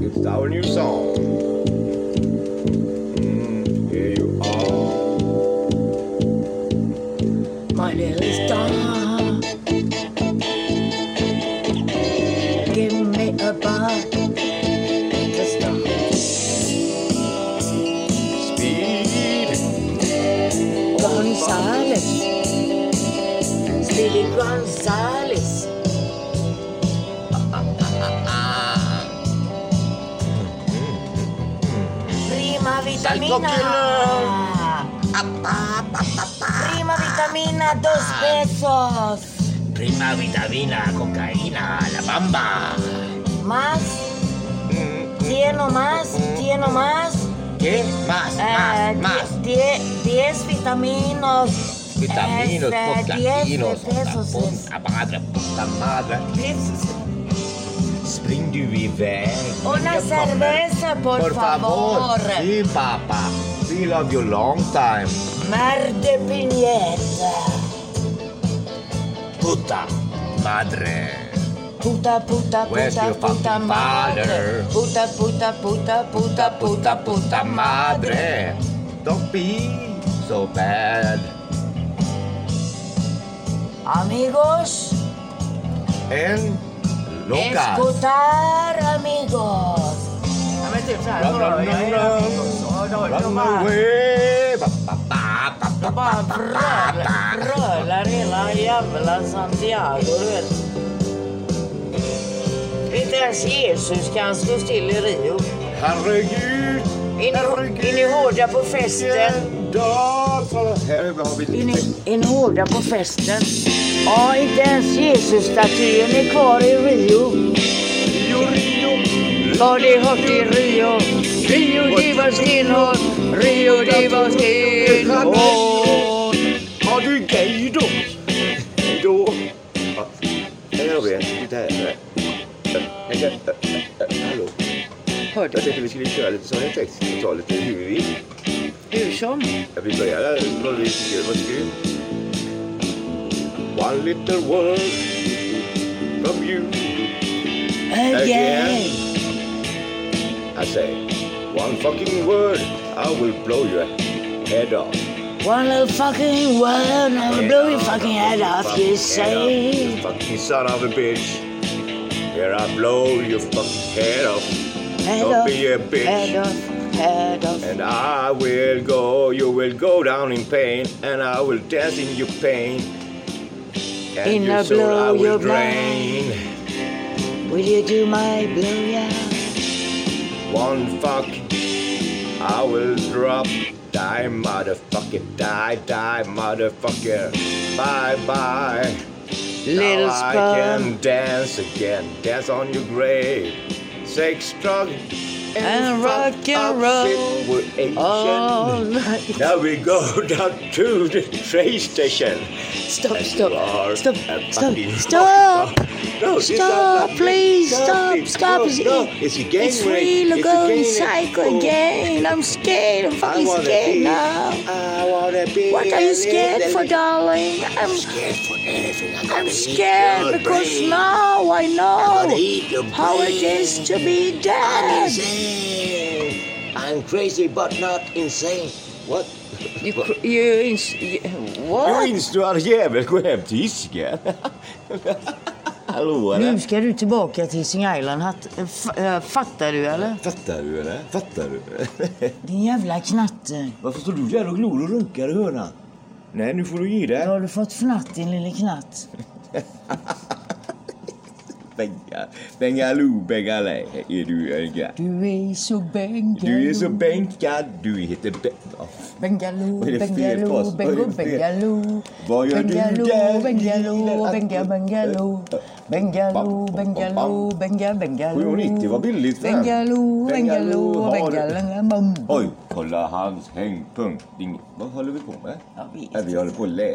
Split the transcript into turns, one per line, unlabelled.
It's our new song. Mm, here you are.
My little star, give me a bud, the star,
Speed.
Gonzales, Speedy Gonzales. Prima vitamina, prima vitamina, dos pesos.
Prima vitamina, cocaína, la bamba.
¿Más?
Mm,
¿Tiene más? ¿Tiene más?
¿Qué? Más,
Eh,
más, más.
die- die- diez vitaminos.
Vitaminos,
Este,
potlaquinos,
diez de esos, es-
puta madre, puta madre.
Spring du vi iväg.
Una cerveza, por, favor.
Sí, pappa. We love you long time.
Mar de piñeta.
Puta madre.
Puta, puta,
Where's
puta,
your
puta
fucking
madre.
father?
Puta, puta, puta, puta, puta, puta madre.
madre. Don't be so bad.
Amigos,
En locas.
escuchar, amigos. Dame este flaco,
Run, run,
eh,
run, run.
amigos. Oh, no, no
Run
más.
away. Ba, ba, ba, ba, ba.
Bara brölar, brölar hela jävla Santiago, du vet. Inte ens Jesus kan stå still i Rio.
Herregud.
In, in i hårda på festen.
Vilken dag. för- Här har vi
In i, in i hårda på festen. Ja, inte ens Jesusstatyn är kvar i Rio.
Rio, Rio.
Har ni hört i Rio? Rio, det var stenhårt. Rio, det var stenhårt.
Har du gay då? Då. Ja, Jag vet inte heller. Äh, äh, äh, äh, Hallå.
Hörde
Jag
du?
tänkte vi skulle köra lite sån här text och ta lite hur vi vill.
Hur som?
Jag vill börja där. Vad vi tycker. Vad tycker du? One little word from you
Äh, Again.
I say one fucking word I will blow your head off.
One little fucking word, now will blow your fucking head off,
Fucking
you
head off,
say.
you Fucking son of a bitch. Here I blow your fucking head off.
Head
Don't
off,
be a bitch.
head off, head off.
And I will go, you will go down in pain, and I will dance in your pain. And
In
your
a
soul I
blow
will
your
drain.
Will you do my blow, yeah?
One fuck, I will drop. Die, motherfucker, die, die, motherfucker. Bye bye.
Little
now I
sperm
can dance again, dance on your grave. Sex, drug, and,
And
fuck
rock and
up
roll.
shit with Asian.
all night.
Now we go down to the train station.
Stop,
And
stop,
you are
stop,
a
stop,
fucking-
stop.
No, this is
Stop,
not-
please,
stop,
stop,
please,
stop.
no,
It's,
no, it's a gang
it's
rape,
real,
it's a gang
going
rape.
psycho
Oh.
again. I'm scared, I'm
I
fucking
wanna
scared
be.
now.
I wanna be.
What are
a
you scared
little
for, darling? I'm
scared for anything. I'm,
I'm scared because now I know how it is to be dead.
insane. I'm crazy but not insane. What?
You, cr- you, ins- you
Du
what?
insnöar jävel, gå hem till Hisingen. Hallå eller?
Nu ska du tillbaka till Sing Island. Hatt- f- eh, Fattar du eller?
Fattar du eller? Fattar du?
Din jävla knatte.
Varför står du där och glor och runkar i hörnan? Nej, nu får du ge
Nu
dig.
har du fått fnatt din lille knatt.
Benga, Bengaloo, Bengalej, är du öga.
Du är så bängaloo.
Du är så bänkad, du heter Be- Ja,
Bengaloo,
Vad är det för fel på
bengaloo,
oss? Vad är det
bengo,
för fel?
bengaloo.
Vad gör du
bengaloo,
där,
Bengaloo,
lilla-
benga, bengaloo. Bengaloo, bengaloo, benga, bengaloo.
7,90 var billigt för den.
Bengaloo, bengaloo,
Bengaloo, har du-
bengaloo.
Oj, kolla hans hängpunkt. Ding. Vad håller vi på med?
Jag vet
Ja, vi håller på att läsa.